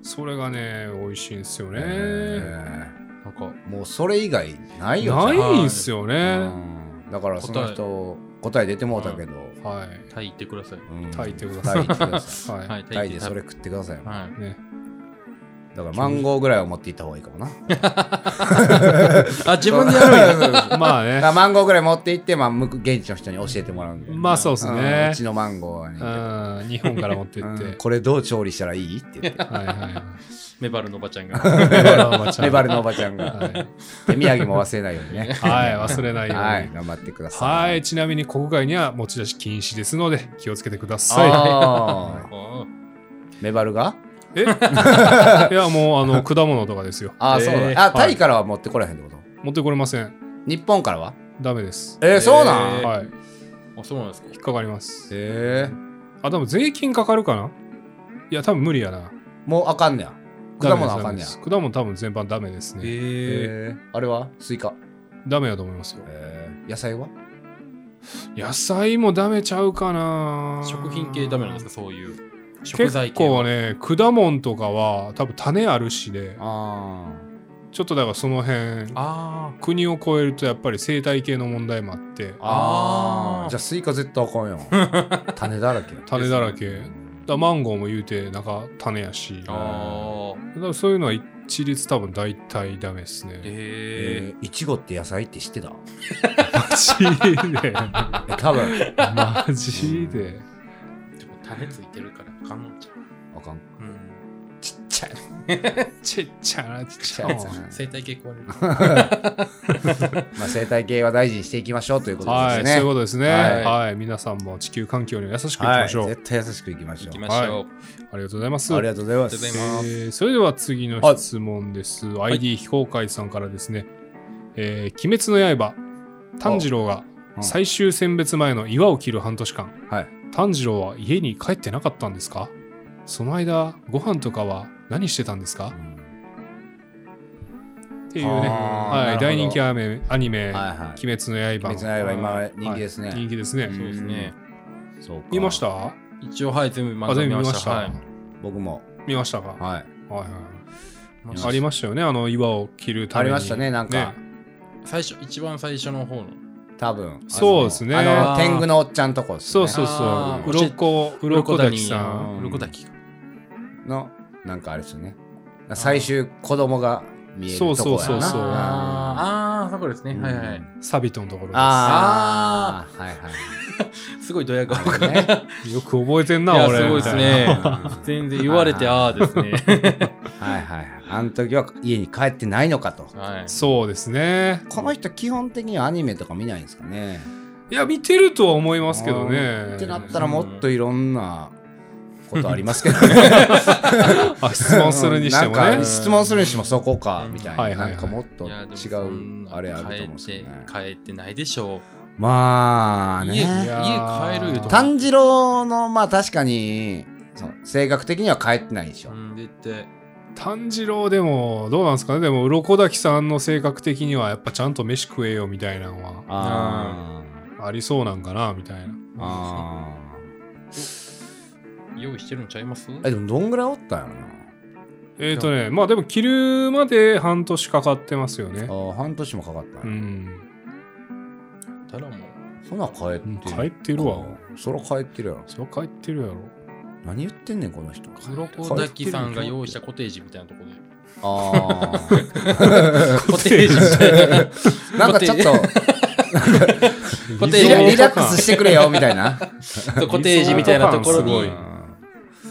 それがね美味しいんですよ
へ
ね
ー
なんか、
もうそれ以外ないよ
な
じゃ
いんすよね
うんだからその人答え出てもうたけど、
はい
タイ行ってください。
うん
炊いてください
炊てくださ
はい、
はい、
い炊いて
行
そ
って
れ食ってくださいよ
はい。
ね
だからマンゴーぐらいは持っていった方がいいかもな
あ、自
自
分でやる んや。
るだか
まあね
らマンゴーぐらい持って行って、まあ、向く現地の人に教えてもらうんで、
まあそうです
うん
ね
うちのマンゴーはね
うん日本から持ってって
うんこれどう調理したらいいって言って
はいはいは
メバルのおばちゃ んが。
いメバルのおばちゃん
メバルのおばちゃん
は
が
い
手土産も忘れないようにね
はい忘れないように
はい頑張ってください
はいちなみに国外には持ち出し禁止ですので気をつけてくださ
あー
あ
メバルが
いえいやもうあの 果物とかですよ
ああ、そう
え
だ。
ー
あ、タイからは持ってこらへんってこと
持ってこれません
日本からは
ダメです
えー、そうな
え
ん
ー
はい
あ、そうなんですか。
引っかかります
え
あ多分税金かかるかないや多分無理やな
ー、もうあかんねや。果物
ダ
あ
メ
かんね
ですダメで
や。
す果物多分全般ダメですね
え
えー、あれはスイカ。
ダメだと思いますよ
えー、野菜は
野菜もダメちゃうかな
ー食品系ダメなんですか、そういう。食材
結
系
構
は。
ね果物とかは多分種あるしで
あ
ちょっとだからその辺
あ
国を越えるとやっぱり生態系の問題もあって
あ。あ
あー
あ。じゃあスイカ絶対あかんよ。 種だらけ。
種だらけだからマンゴーも言うてなんか種やしだ
あ。
か
ああ。
らそういうのは一律多分大体ダメですね
え
えー、いちごって野菜って知 ってた
マジで
え多分。
マジで
え。でも、タレついてるから、あかんのんちゃう。
あかん。
うん。
ちっ ちゃい。
ちっちゃなちっちゃ
ちっ
な
ちゃい
生態系壊れる。
まあ生態系は大事にしていきましょうということ
は
で
い、
す
そう
ね。
いうことですね。
はい
はい、皆さんも地球環境には優しくいき
は
ま
い。
しょう。
絶対優しくいきましょ
行
う
き。ましょう。
ありがとうございます。
ありがとうございま
ありがとうございます
す。
えーそれでは次の質問です。
い
ID 非公開さんからですね。えー鬼滅の刃、炭治郎が
うん
最終選別前の岩を切る半年間、
はい
炭治郎は家に帰ってなかったんですかその間、ご飯とかは何してたんですかっていうね、
あーな
は
る
い、
ほど
大人気アメアニメ、
はいはい。
鬼滅の刃
鬼滅の刃、今人気ですね。
はい人気ですね。
そうですね。
そうか
見ました
一応、はい、全部漫
あ
画
全部
見ま
見ま
し。
したた、
はい。
僕も。
見ましたか、はい
はい。
はい
ま
ありましたよねあの岩を切るた
あ
め
り
に
ましたね、なんか。
最初、一番最初の方の。
多分。
そうですね
あ
あ
の、
ー
天狗のおっちゃんとこですね
そうそう
あ
そ
ー
ううろこうろこ滝さん
うん
うろこだきか。
の、なんかあれですよね。最終、子供が見えるとこやな。
そうそうそう
あ
あーあー、そこですね。
ー
はいはい。。
サビトのところです
ああ、はいはい。
すごいドヤ顔
あ
が。
れね
よく覚えてんない
や
俺
すごいですね
うんはい
全然言われて、ああですね。
はいはい。あの時は家に帰ってないのかと。
はい。
そうですね
この人、基本的にはアニメとか見ないんですかね。
いや見てるとは思いますけど
っ
ね
てなったら、もっといろんなことありますけどね。
あ質問するにしても
なん
ね
か質問するにしてもそこかみたいな、
はいはいはい
なんかもっと
い
違
やでもそん
う
な
あれあると思うんですけどね
帰って帰ってないでしょ
まあ
う。家
い
ね
や
家帰るよと。
炭治郎のまあ確かにそう性格的には帰ってないでしょ、
うん絶対
炭治郎でもどうなんですかねでもうろこ滝さんの性格的にはやっぱちゃんと飯食えよみたいなのは
あ
ありそうなんかなみたいな
ーあ
用意してるんちゃいます
ーえでもどんぐらいおったんやろな
えっ、ー、とねまあでも切るまで半年かかってますよね
あー半年もかかったんや
うん。
たらもう。
そんな帰ってる
帰ってるわ。
そら帰ってるやろ
それは帰ってるやろ。
何言ってんねんこの人
黒子崎さんが用意したコテージみたいな ところで。
あ
コテージみたいな。
あなんかちょっと
コテ
リラ
ー
リ
ジ
ラックスしてくれよみたいな
そうコテージみたいなとこ
リゾート感す
ろ
ごい
に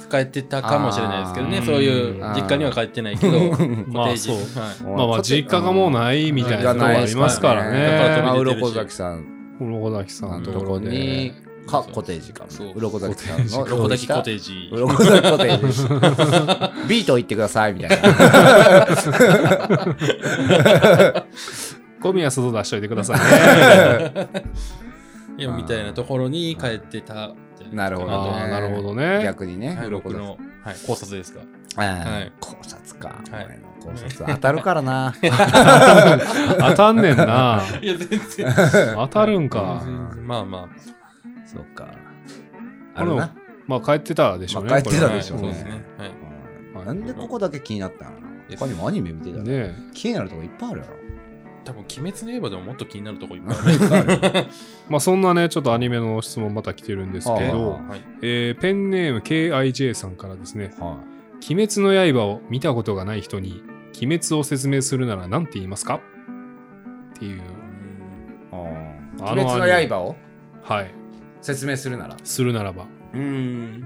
帰ってたかもしれないですけどね。そういう
あー
実家には帰ってないけど、コテ
まあ
ージ。
そう
はい
まあまあ実家がもうないみたい
が
なとこ
ない
あ
で
り
す
ますから
だから飛
ね。
び
まあ
出てるし
鱗崎さん
小崎さ
の
ん
と
と
こ
ころ
ろに
で。
かコテージか
そう
鱗崎さんの
黒子
用意
崎
した
コテージ。
鱗崎コテージビート行ってくださいみたいな
ゴミは外出しといてくださいね。
いやみたいなところに帰ってたんじゃいか
なるほど
あ
ね
あ、なるほどね。
逆にね
はい、
鱗
僕
崎さん
の、はい、考察で すか。は
ああ
い
考察か。
はい
俺の考察当たるから な。
当たんねんな。
いや、全然。
当たるんか。
まあま
そうか。あ
あ
る
の
な。
まあ帰ってたでしょうね。
まあ帰って
あ。
た
これ
は
はい
しょ
そう
ね
ですね。はい。
うんなんでここだけ気になったの他にもアニメ見てたね。
ね
気になるとこいっぱいあるやろ。
多分、鬼滅の刃でももっと気になるとこいっぱいある。
まあそんなね、ちょっとアニメの質問また来てるんですけ
あ
ど
あ、
はい。
えーペンネーム KIJ さんからですね、
は
鬼滅の刃を見たことがない人に、鬼滅を説明するなら何て言いますかっていう、
い。
あ
鬼
の
滅の刃を
はい、
説明するなら。
するならば。
うん。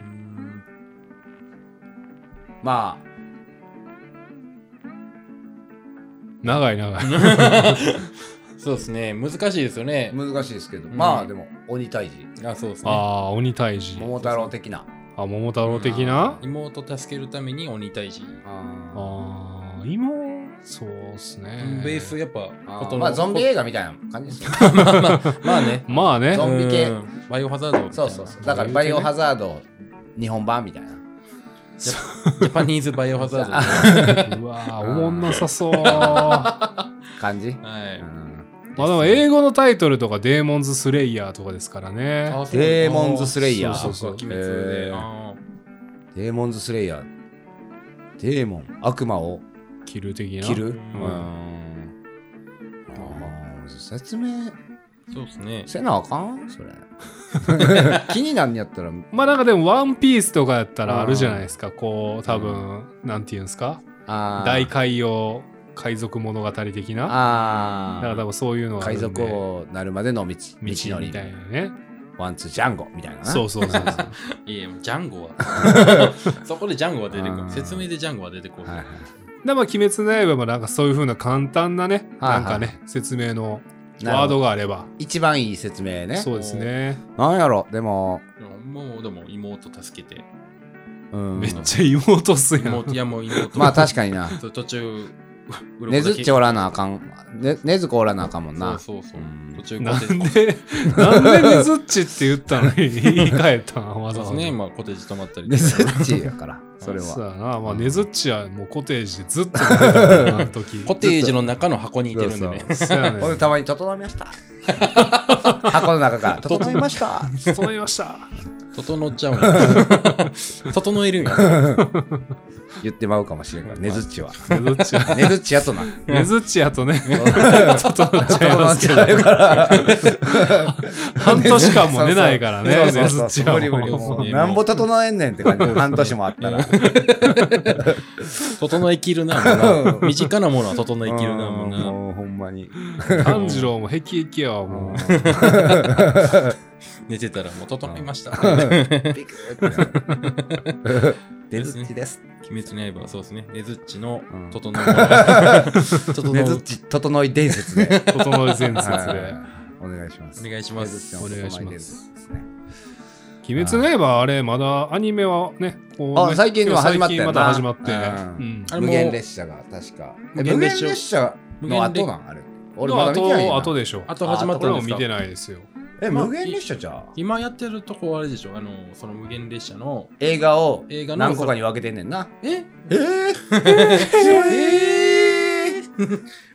ま
長い長い。
そうですね。難しいですよ
あ、
ね。
難しいですけど。
ん
まあ、でも、鬼退治。
あ、そうです
あ
ね。
あ、鬼退治。
桃太郎的な。
あ、桃太郎的な
妹を助けるために鬼退治。
あ
ああ、今、そうっすね。
ベースやっぱ、こと
ー
の
まあ、ゾンビ映画みたいな感じですよ。
まあね。
まあね
ゾ。ンビ系
うんバイオハザードみたいな。
そうそうそう。だから、バイオハザード日本版みたいな。
ジャパニーズバイオハザード。は
うわーおもんなさそう。まあ
感じ。
い。
でも英語のタイトルとかデーモンズスレイヤーとかですからね。
あそう
デーモンズスレイヤー
そうそうそう。鬼滅で。
へー
あ
デーモンズスレイヤー。デーモン、悪魔を
キル的な。
切る。う
うん
ん。あー説明
ーそうですね。
せなあかんそれ。 気になんやったら、
まあなんかでもワンピースとかやったらあるじゃないですか。こう、多分、なんていうんですか。
あー
大海洋海賊物語的な。だから
あ
多分そういう
ー
のがある
海
んで。
賊王なるまでの道、道
道
のり
み。たいなね。
ワンツージャンゴみたいなな。
そうそうそうそう。
いや、もうジャンゴ は。そこでジャンゴは出てこ
あー
う。説明でジャンゴは出てこう。
はいはい
でまあ、鬼滅の刃もなんかそういう風な簡単なね、
はいはい
なんかね、説明の
なるほど
ワードがあれば。
一番いい説明ね。
そうですね。
なんやろ、でも、
もう、でも妹助け て。
うん。
めっちゃ妹っすやん。
妹、いやもう 妹。
まあ確かに な。
そう途中、う
ねずっちおらなあかん。ねねずこおらなあかんもんな。。
そうそうそううん途中コ
な
テ
ん
ージ。
で、なんでねずっちって言った のに言い換えたんわざわ
そうです
ざ。
ね、今コテージ泊まったりと
ね
か。
ずっちやから、それは。
そうやな。まあ、ねずっちはもうコテージでずっと寝てたからな、あの時。
コテージの中の箱にいてるんでね。
そうやね
ほんでたまに整いま した。箱の中から整いました。
整いました。
整っちゃうんや 整えるんや。
言ってまうかもしれんから、ねずっちは。
ねずっ ちは。
ねずっちやとな。
ねずっちやとね、整っちゃ い
整
ま
っ
す
ち
け
ゃ
ど
う。から。
半年間も寝ないからね、
そう
ね
そ
ず
うそ
っち
うそう
は
無理無理。
もう。
もうなんぼ整えんねんって感じ。半年もあったら。
整えきるな、もうな。身近なものは整えきるな、もう
うん
な。
もうほんまに。
炭治郎もへきへきやわ、もう。
寝てたらもう整いました。
ピクッて。ねずっちです。
鬼滅の刃はそうですね。ねずっちの
うん
整う もの。整う
ねずっち整い伝説 で。
整え前説
はい
で。
お願いします。
お願いします。
お願いします。
すね。
鬼滅の刃あれまだアニメはね、こうね
あ最近は始まったよな
最近また始まって。
う
うんん
あれ
無
もう
限列車が確か。え
無
無限
限列車
列車の後なんあれ。俺まだ見てない
後、
な
後でしょ。
あと始まった
俺
ん
も
です
見
か
てないですよ。
え、
まあ
無限列車じゃあ
今やってるとこはあれでしょあの、その無限列車の。
映画を
映画の
何個かに分けてんねんな。
え
えええ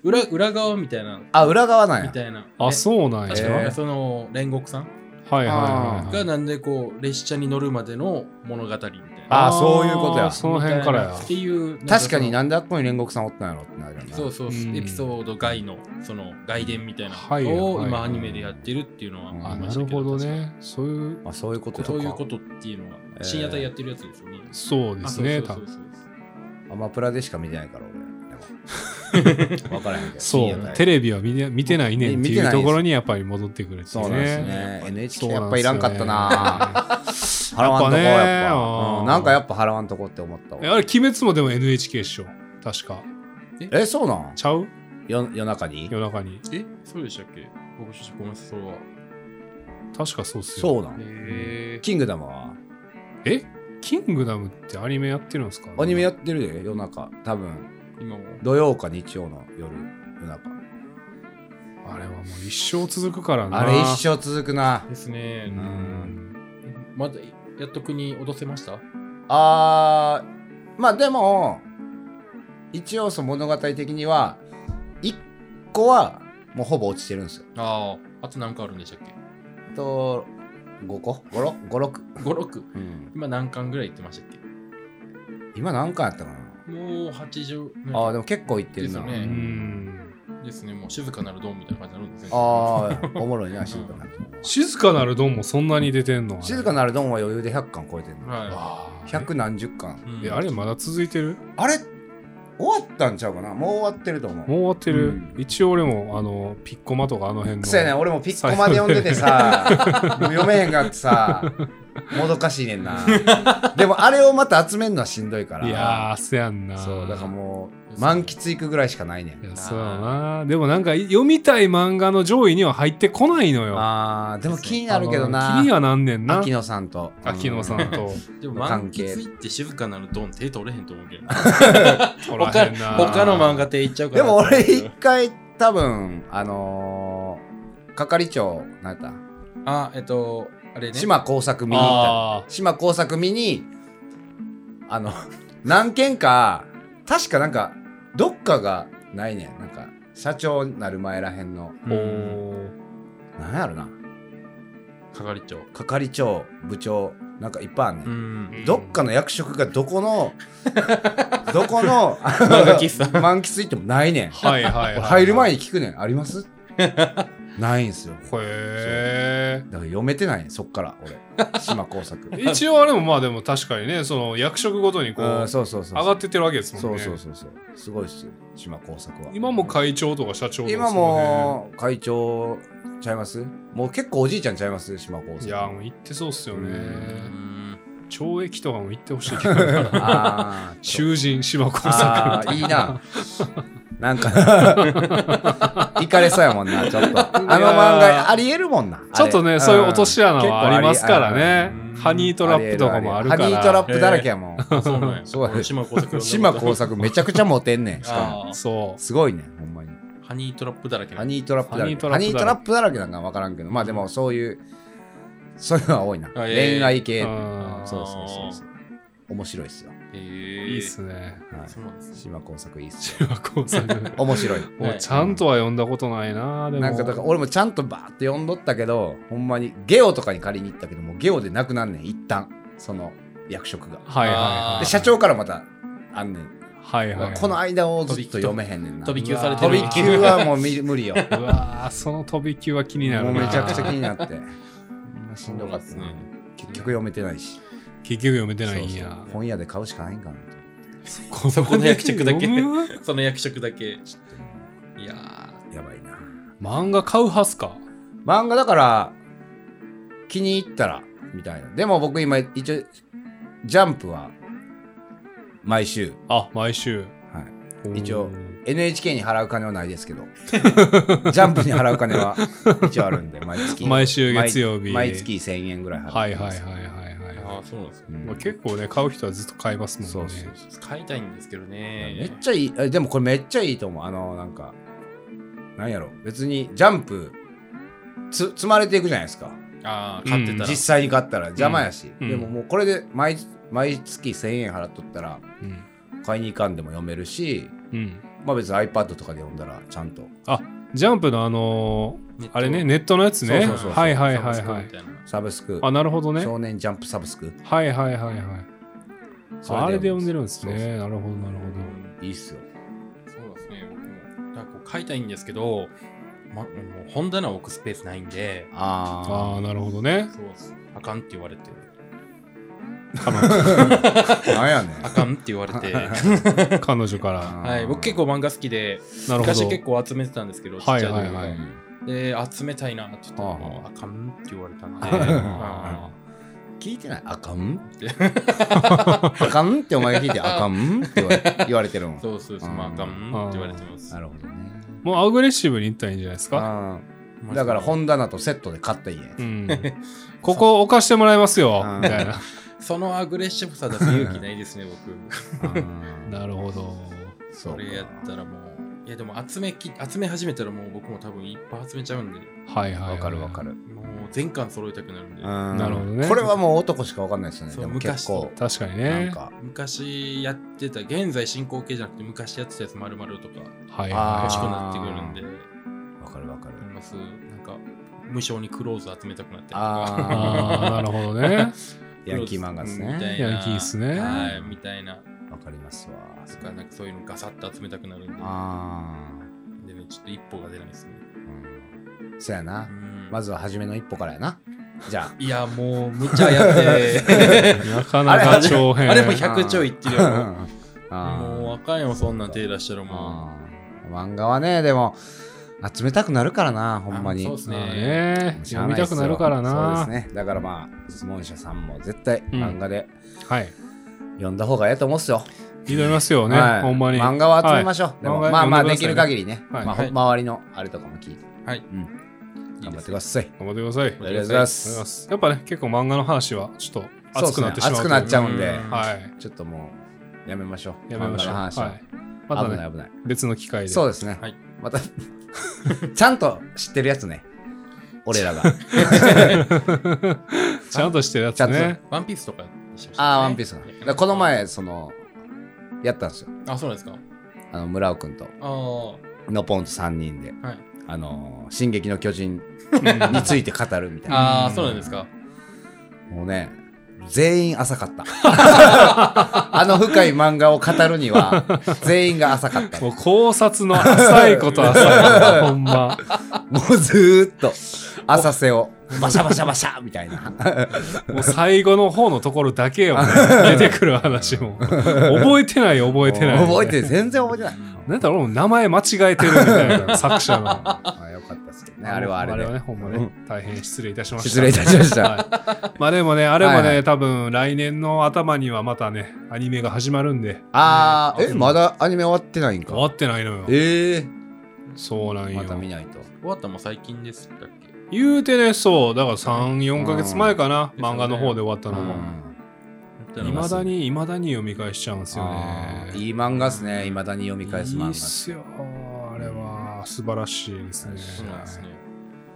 裏裏側みたいな。
あ、裏側なんや
み。たいな。
あ、
え
そうなん
確
や。
か
えー
その煉獄さん
はいはい
あ
はい。
がなんでこう列車に乗るまでの物語みたいな。
ああそういうことや
あーその辺からや
みたいなっていうなん
確かに
な
なんであっこに煉獄さんおったんやろってなるよね
そうそう、
うん
エピソード外のその外伝みたいな
はい
のを
はい
今アニメでやってるっていうのは
うん
あ、
りま
な
した
る
け
ほど。ね。そういう、
あそういうこと
確
と
か
か
そういうことっていうのは
えー
深夜帯やってるやつですよね。
そうですね、
あ
多
そうそ
分。
うそうそう
アマプラでしか見てないから俺でもわからへんけど
そう、テ
レ
レビは見て見てないねんって
見てないで
いう
す
ところにやっぱり戻ってくるってい
そうなんですね NHK やっぱいらんかった な
な。
払わんとこ
やっぱね
やっぱ
う
うんんなんかやっぱ払わんとこって思った
えあ
わ
れ、鬼滅もでも NHK っしょ。確か。
えそうなん
ちゃう
よ夜中に
夜中に。
えそうでしたっけ僕ちょっとごめんなさい、それは。
確かそうっすよ。
そうなん
へ
キングダムは
えキングダムってアニメやってるんですか
アニメやってるで夜中多分
ー今も。
土曜か日曜の夜夜中
あれはもう一生続くからな。
あれ一生続くな
ですね
う。ん。
まだやっと国落とせました
あーまあでも一応その物語的には1個はもうほぼ落ちてるんですよ
ああ、あと何個あるんでしたっけ
あと5個56
?5、6?
うん
今何巻ぐらい行ってましたっけ
今何回やったかな
もう80
あーで
で
も結構いってるな
ですよ
う
ね
ん
ですね、もう静かなるドームみたいな感じになるんですね。
ああおも ろいな静かなる
静かなるドンもそんなに出てんの
静かなるドンは余裕で100巻超えてるの
は
あれ
百何十巻
い。うん
えあれまだ続いてる
あれ終わったんちゃうかなもう終わってると思う
もう終わってる、
うん
一応俺もあのピッコマとかあの辺の
そうやねん俺もピッコまで読んでてさもう読めへんかってさもどかしいねんなでもあれをまた集めるのはしんどいから
いやーせやんな
そうだからもう満喫いくぐらいしかないねん
いやそうやなでもなんか読みたい漫画の上位には入ってこないのよ
あーでも気になるけど
あの
な
気にはなんねんな
秋野さんと
秋野さんと
でも満
関係
喫行って静かなるドン手取れへんと思うけどな。
取ら
他
へんな
他の漫画手行っちゃう
うん
から。
でも俺一回多分あのー係長なんだ
あ、えっと、あれね。
島工作見に行ったの
あ
島工作見にあの 何件か確かなんかどっかがないねんなんか社長になる前らへんの
ーおー
なんやろな
係長。
係長部長なんかいっぱいあんねん、
ん。
どっかの役職がどこ のどこのあの
漫画喫 茶
満喫行ってもないねん
はいはい、はい、
俺入る前
に
に聞くねんあります ないんすよだか
へ
ら読めてないねんそっから 俺島工作
え一応あれもまあでも確かにねその役職ごとにこう
うん
上
そうそうそう
がってってるわけですも
そ
ん
う
ね
そうそうそうすごいっすよ島工作は
今も会長とか社長とか
今
その
も会長ちゃいますもう結構おじいちゃんちゃいます島工
辺
作
いやもう行ってそうっすよね
うん
懲役とかも行ってほしい けど
あー
囚人島工作
あーいいななんかいかれそうやもんなちょっとあの漫画ありえるもんな
ちょっとね、そういう落とし穴はありますからね
結構
ハ
ありあ。り
ニートラップとかもあるから。
ハニートラップだらけ やもん
あ そうなんや。
そう
俺島工作読んだことある
島工作めちゃくちゃモテんねんしかも
あー
そ
すごいねほんまに
ハニートラップだらけな
ハ
んや
ニートラップだらけ
ハ
ハ
ニ
ニー
ート
ト
ラ
ラ
ッ
ップだらけなんか分からんけどまあでもそういうそういうのは多いな
あいやいや
恋愛系
あ
ー
そうそうそうそう面白いっすよ
へ
う。
ー
いいっすね。
はい
そうなんですね。
島工作いいっす よ
島工作。
面白い
もうちゃんとは読んだことないな。でも。
なんかだから俺もちゃんとバーって読んどったけどほんまにゲオとかに借りに行ったけどもうゲオでなくなんねん一旦その役職が
はいはいは
あ
い。
で社長からまたあんねん
はいはいはい。
この間をずっと読めへんねんな
飛び
飛
級されて
う
る
わ
び級はもうみ無理よ
うわーその飛び級は 気にな
も
る
う
な。
めちゃくちゃ気にな ってほんましんどかったな結局読めてないし
結局読めてないんや
そうそう。本屋で買うしかないんかなと
そこの役職だけ
読む
その役職だけ。いや
やばいな
漫画買うはすか。
漫画だから気に入ったらみたいなでも僕今一応ジャンプは毎週
あ、毎週。
はい
い
一応 NHK に払う金はないですけ どジャンプに払う金は一応あるんで毎月
毎週月曜日
毎毎月1000円ぐらい払
はい
って
は
ま
いはい
す
はいはい
ー
は
あーそうなんですね
う
い。
ん
まあ結構ね、買う人はずっと買いますもんね。
そうそうそ
使いたいんですけどね。
めっちゃいいえでもこれめっちゃいいと思うあのなんかなんやろ別にジャンプつ積まれていくじゃないですか
ああ、買ってたら。
実際に買ったら邪魔やし、
うん
でももうこれで毎毎月1000円払っとったら
うん。
買いに行かんでも読めるし
うん。
まあ別に iPad とかで読んだらちゃんと
あ、ジャンプのあのーあれね、ネットのやつね。
そうそうそう
はいはいはい
サブ
は
ス
い
クみ。たな
サブスク、
あ、なるほどね。
少年ジャンプサブスク。
はいはいはいはい。
そ
あれで読んでるんですね。
そう
なるほどなる
そういいっすよ。
そうですね。僕もなんかこう買いたいんですけど、ま、もう本棚置くスペースないんで、
ほど。あ
あ
あ、なるほどね。
そうですあかんって言われて、
あ、なんやねん
あかんって言われ て、
彼女から。
はい、僕結構漫画好きで、
なるほ
昔
ど。
結構集めてたんですけど、
はい
ちっちゃ
はい
時
はい
で、集めたいなって言ったら、
はあはあ
もうあかんって言われたの で、
あ聞いてないあかんって あかんってお前が聞いてあかんって言われ言われてるもん
そうそうそう、まあ、あかんって言われてます。
なるほどね
もうアグレッシブにいったらいいんじゃないですか。
あーだから本棚とセットで買ったらいいね
うん。ここ置かしてもらいますよ。
うん
みた いな。
そのアグレッシブさだと勇気ないですね、
あ
僕。
ー
なるほど。
そ
こ
う
れやっ
か
たらもう、いやでも集めき集め始めたらもう僕も多分いっぱい集めちゃうんで、
はいはいはい。
わかるわか。る
もう全巻揃えたくなるんで、
な
なるほどね
これはもう男しかわかんないですね
そ
で
う
も結構
確かに
なん
ね。
か
昔やってた、現在進行形じゃなくて昔やってたやつ丸々とか
はい
あー
欲しく
は
なってくるんで、
わかるわかる
思いますなんか無償にクローズ集めたくなって。
い。ああ、な
あ
るほ どね。
ーヤンキー漫画です
みた
ね
いな
ヤンキーっすね
はい、みたいな。
わかりますわ
とか、なんかそういうのガサッと集めたくなるんで、
あ
でね、ちょっと一歩が出ないですね。
ーうんそやな
うん
まずは初めの一歩からやなじゃ
いや、もう、無茶や って。
なかなか長編。
あれも100ちょいってるよ。
あ
もう
あー
もう、あかんよ、そんなん手出したらも
あー漫画はねでも集めたくなるからなほ
う。
んまに
あそうです
まあ
ね。
ね。
しゃあ
読
な
み
いったす
く
よ
なるから
そう
な。
ですねだからまあ質問者さんも絶対
うん
漫画で
はい。
読んだ方がええと思うっすよ、
挑みますよね。
はい
ほんまに。
漫画は集めましょう、でも
漫画
まあまあ
読
で
んで
き
く
る
ださい
限りね、
はい
まあほ
はい
周りのあれとかも聞いて
はい。
頑張ってください
頑張ってください。
ありがとうございます
ありがとうございますやっぱね、結構漫画の話はちょっと熱くなってしまう
そうですね熱く
と
なっちゃうんで
うん
はい。
ちょっともうやめましょう
やめましょ
漫画
う。
の話は、
はい。また
危な
ね、
い危ない
別の機会で。
そうですね、
はい
またちゃんと知ってるやつね俺 らが
ちゃんとしてるやつ
ちゃん
ね。
ワンピースとかでしましたね
ああワンピースがだからこの。前そのやったんですよ
あ、そうなんですか。
あの村尾君と
ああ、は
のぽんと3人で
い。
あのー「進撃の巨人
うん」
について語るみたいな
ああ、そうなんですか。
もうね全員浅かった あの深い漫画を語るには全員が浅かった
も
も
う考察の浅いことは浅 い。ほんま。
うずーっと浅瀬をバシャバシャバシャみたいな
もう最後の方のところだけよ、ね、出てくる話も。覚えてない覚えてない。
覚えて全然覚えてない
なんだろう俺も名前間違えてるみた いな作者の。
まあよかったですけどねあれはあれ
あ
で
れはね、ほんまね、大変失礼いたしました。
失礼いたしました
はいまあでもね、あれもね、
はいはい
多分来年の頭にはまたね、アニメが始まるんで、
あー
う
え
ん
まだアニメ終わってないんか
終わってないのよ。
ええ
そうなんよ
ま。た見ないと
終わったのも最近でしたっけ
言うてね、そう、だから3、4ヶ月前かな、
うん
漫画の方で終わったの
う
も。
ん
だ
い
か
ま
ら
だに、いまだに読み返しちゃうんですよ
あ
ね。
ーいい漫画っすねいまだに読み返す漫
いい
画
っすよ、あれは。素晴らしいですね。
そうなんですね。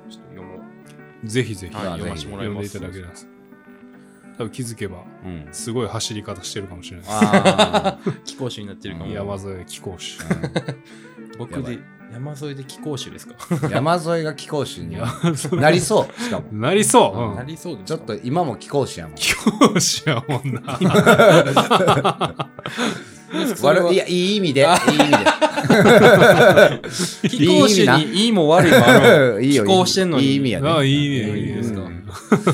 ちょっと読もう。
ぜひぜひ、
はい
読ませて
もらいます
読んでいただけます。多分気づけば、
うん
すごい走り方してるかもしれないです。
あ
貴公子になってるかも。
山添貴公子。
僕
やば
で
い、
山添で貴公子ですか
ー山沿いが貴公子 にはなりそうしかも
なりそう。う
なんりそうです
ちょ
か
っと今も貴公子や もん
貴公子やもんな。
悪いいやいい意味でいい意味
貴公子にいいも悪いもある
でいいよ
貴公してんのに
いい意味や
ああ
ね
いいね。
いいですか
ね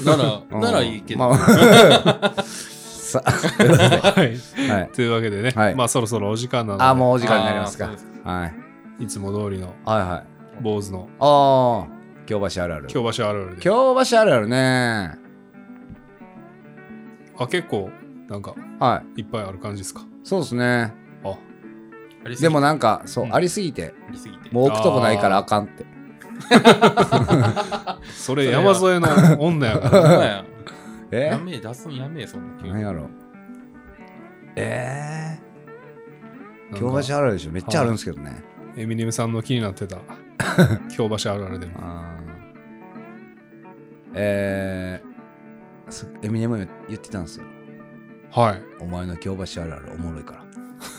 なら、
うん
ならいいけど。
まあ さ
はい。
はい
というわけでね、
はい
まあそろそろお時間なので、
あもうお時間になりますか
あ
は
ー
い
そう
はい
いつも通りの
はい
坊主の
ああ京橋あるある
京橋あるあるで。
京橋あるあるね
あ、結構、なんか、
はい
いっぱいある感じですか。
そうですね
あ、
ありすぎ
でもなんかそう
うん
ありすぎて
ありすぎて。
もう置くとこないからあかんって
それ
それ
山
は
添の女や から。
ほんまや
え
やめえ、出すんやめえ、そんな急
何
に。
やろええ
なん
京
か
橋あるあるでしょめっちゃあるんですけどね
エミネムさんの気に なってた京橋あるあるでも
あーえーそエミネムも言ってたんですよ。
はい
お前の京橋あるあるおもろいから。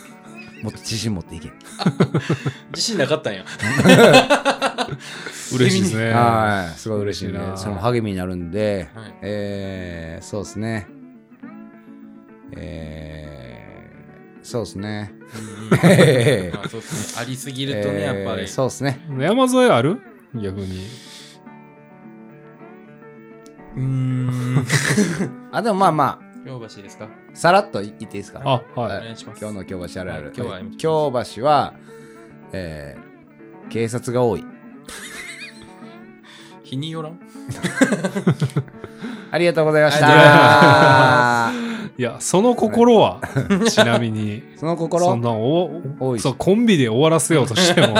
もっと自信持っていけ。
自信なかったんや。
嬉しいですね。
はい。すごい嬉しいね
嬉しい。な
それも励みになるんで、
はい
えー、そうですね。えー、そうですね。
うんうん まあそうっすねありすぎるとね、
え
や
ー
っぱり。
そうですね。
山添ある逆に。
うーん。
あ、でもまあま
京橋ですか
あ、さらっと言っていいですか。
あ、
お
はい。
願いします。
今日の京橋あるある。
はい今日
京橋は、えー、警察が多い。
日によらん
ありがとうございまし
あ
た。
いや、その心は、ちなみに、
その
そ
心
んなお
多い
そうコンビで終わらせようとし ても、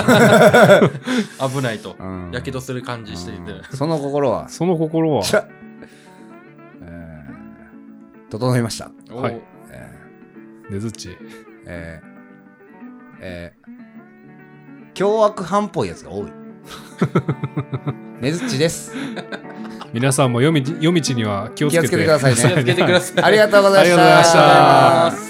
危ないと。
うん
やけどする感じしてて。
うんその心は、
その心は、
ちゃえー整いました。
お
はい
ー
え
ねずっち。
ーえーえー凶悪犯っぽいやつが多 い。ねずっちです。
皆さんも夜道夜道には気をつ
気
け
を
て
つけてくださいね
気をつけてくださ い。
ありがとうございまし。
ありがとうございましたた
ありがとうございます